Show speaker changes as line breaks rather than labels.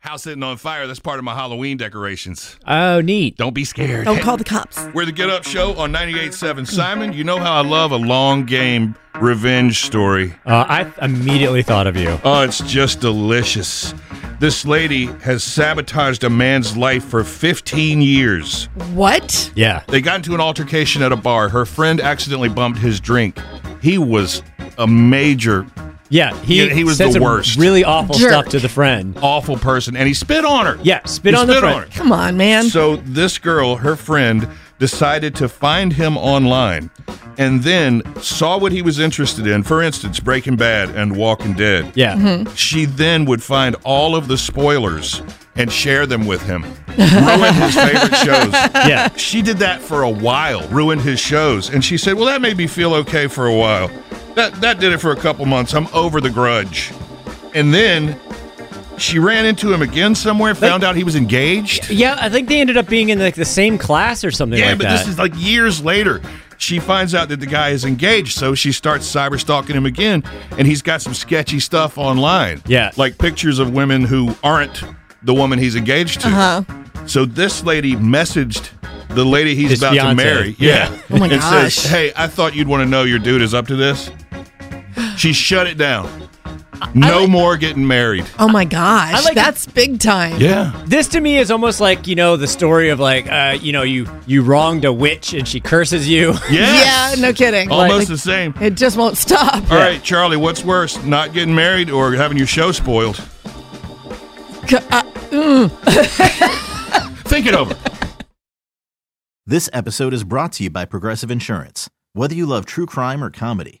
House sitting on fire. That's part of my Halloween decorations.
Oh, neat.
Don't be scared.
Don't Oh, call the cops.
We're the Get Up Show on 98.7. Simon, you know how I love a long game revenge story.
Uh, I immediately thought of you.
Oh, it's just delicious. This lady has sabotaged a man's life for 15 years.
What?
Yeah.
They got into an altercation at a bar. Her friend accidentally bumped his drink. He was a major
Yeah. He,
Yeah, he was
said
the
some
worst.
Really awful
Jerk.
stuff to the friend.
awful person and he spit on her.
Yeah. Spit
He
on the
spit
friend.
on her.
Come on, man.
So this girl, her friend, decided to find him online and then saw what he was interested in, for instance, Breaking Bad and Walking Dead.
Yeah.
She then would find all of the spoilers and share them with him. Ruined his favorite shows.
Yeah.
She did that for a while, ruined his shows, and she said, "Well, that made me feel okay for a while. That that did it for a couple months. I'm over the grudge." And then she ran into him again somewhere, found out he was engaged.
Yeah. I think they ended up being in like the same class or something
Yeah,
like
but
that.
this is like years later. She finds out that the guy is engaged, so she starts cyber stalking him again, and he's got some sketchy stuff online.
Yeah.
Like pictures of women who aren't the woman he's engaged to.
Uh-huh.
So this lady messaged the lady he's
His
about
fiancée.
to marry.
Yeah.
Oh my
and
gosh.
says, Hey, I thought you'd want to know your dude is up to this. She shut it down. No more getting married.
Oh my gosh.
I like-
That's big time.
Yeah.
This to me is almost like you know the story of like uh, you know you you wronged a witch and she curses you.
Yes.
Yeah, no kidding.
Almost
Like-
the same.
It just won't stop.
All right, Charlie, what's worse, not getting married or having your show spoiled?
C- uh,
Think it over.
This episode is brought to you by Progressive Insurance. Whether you love true crime or comedy,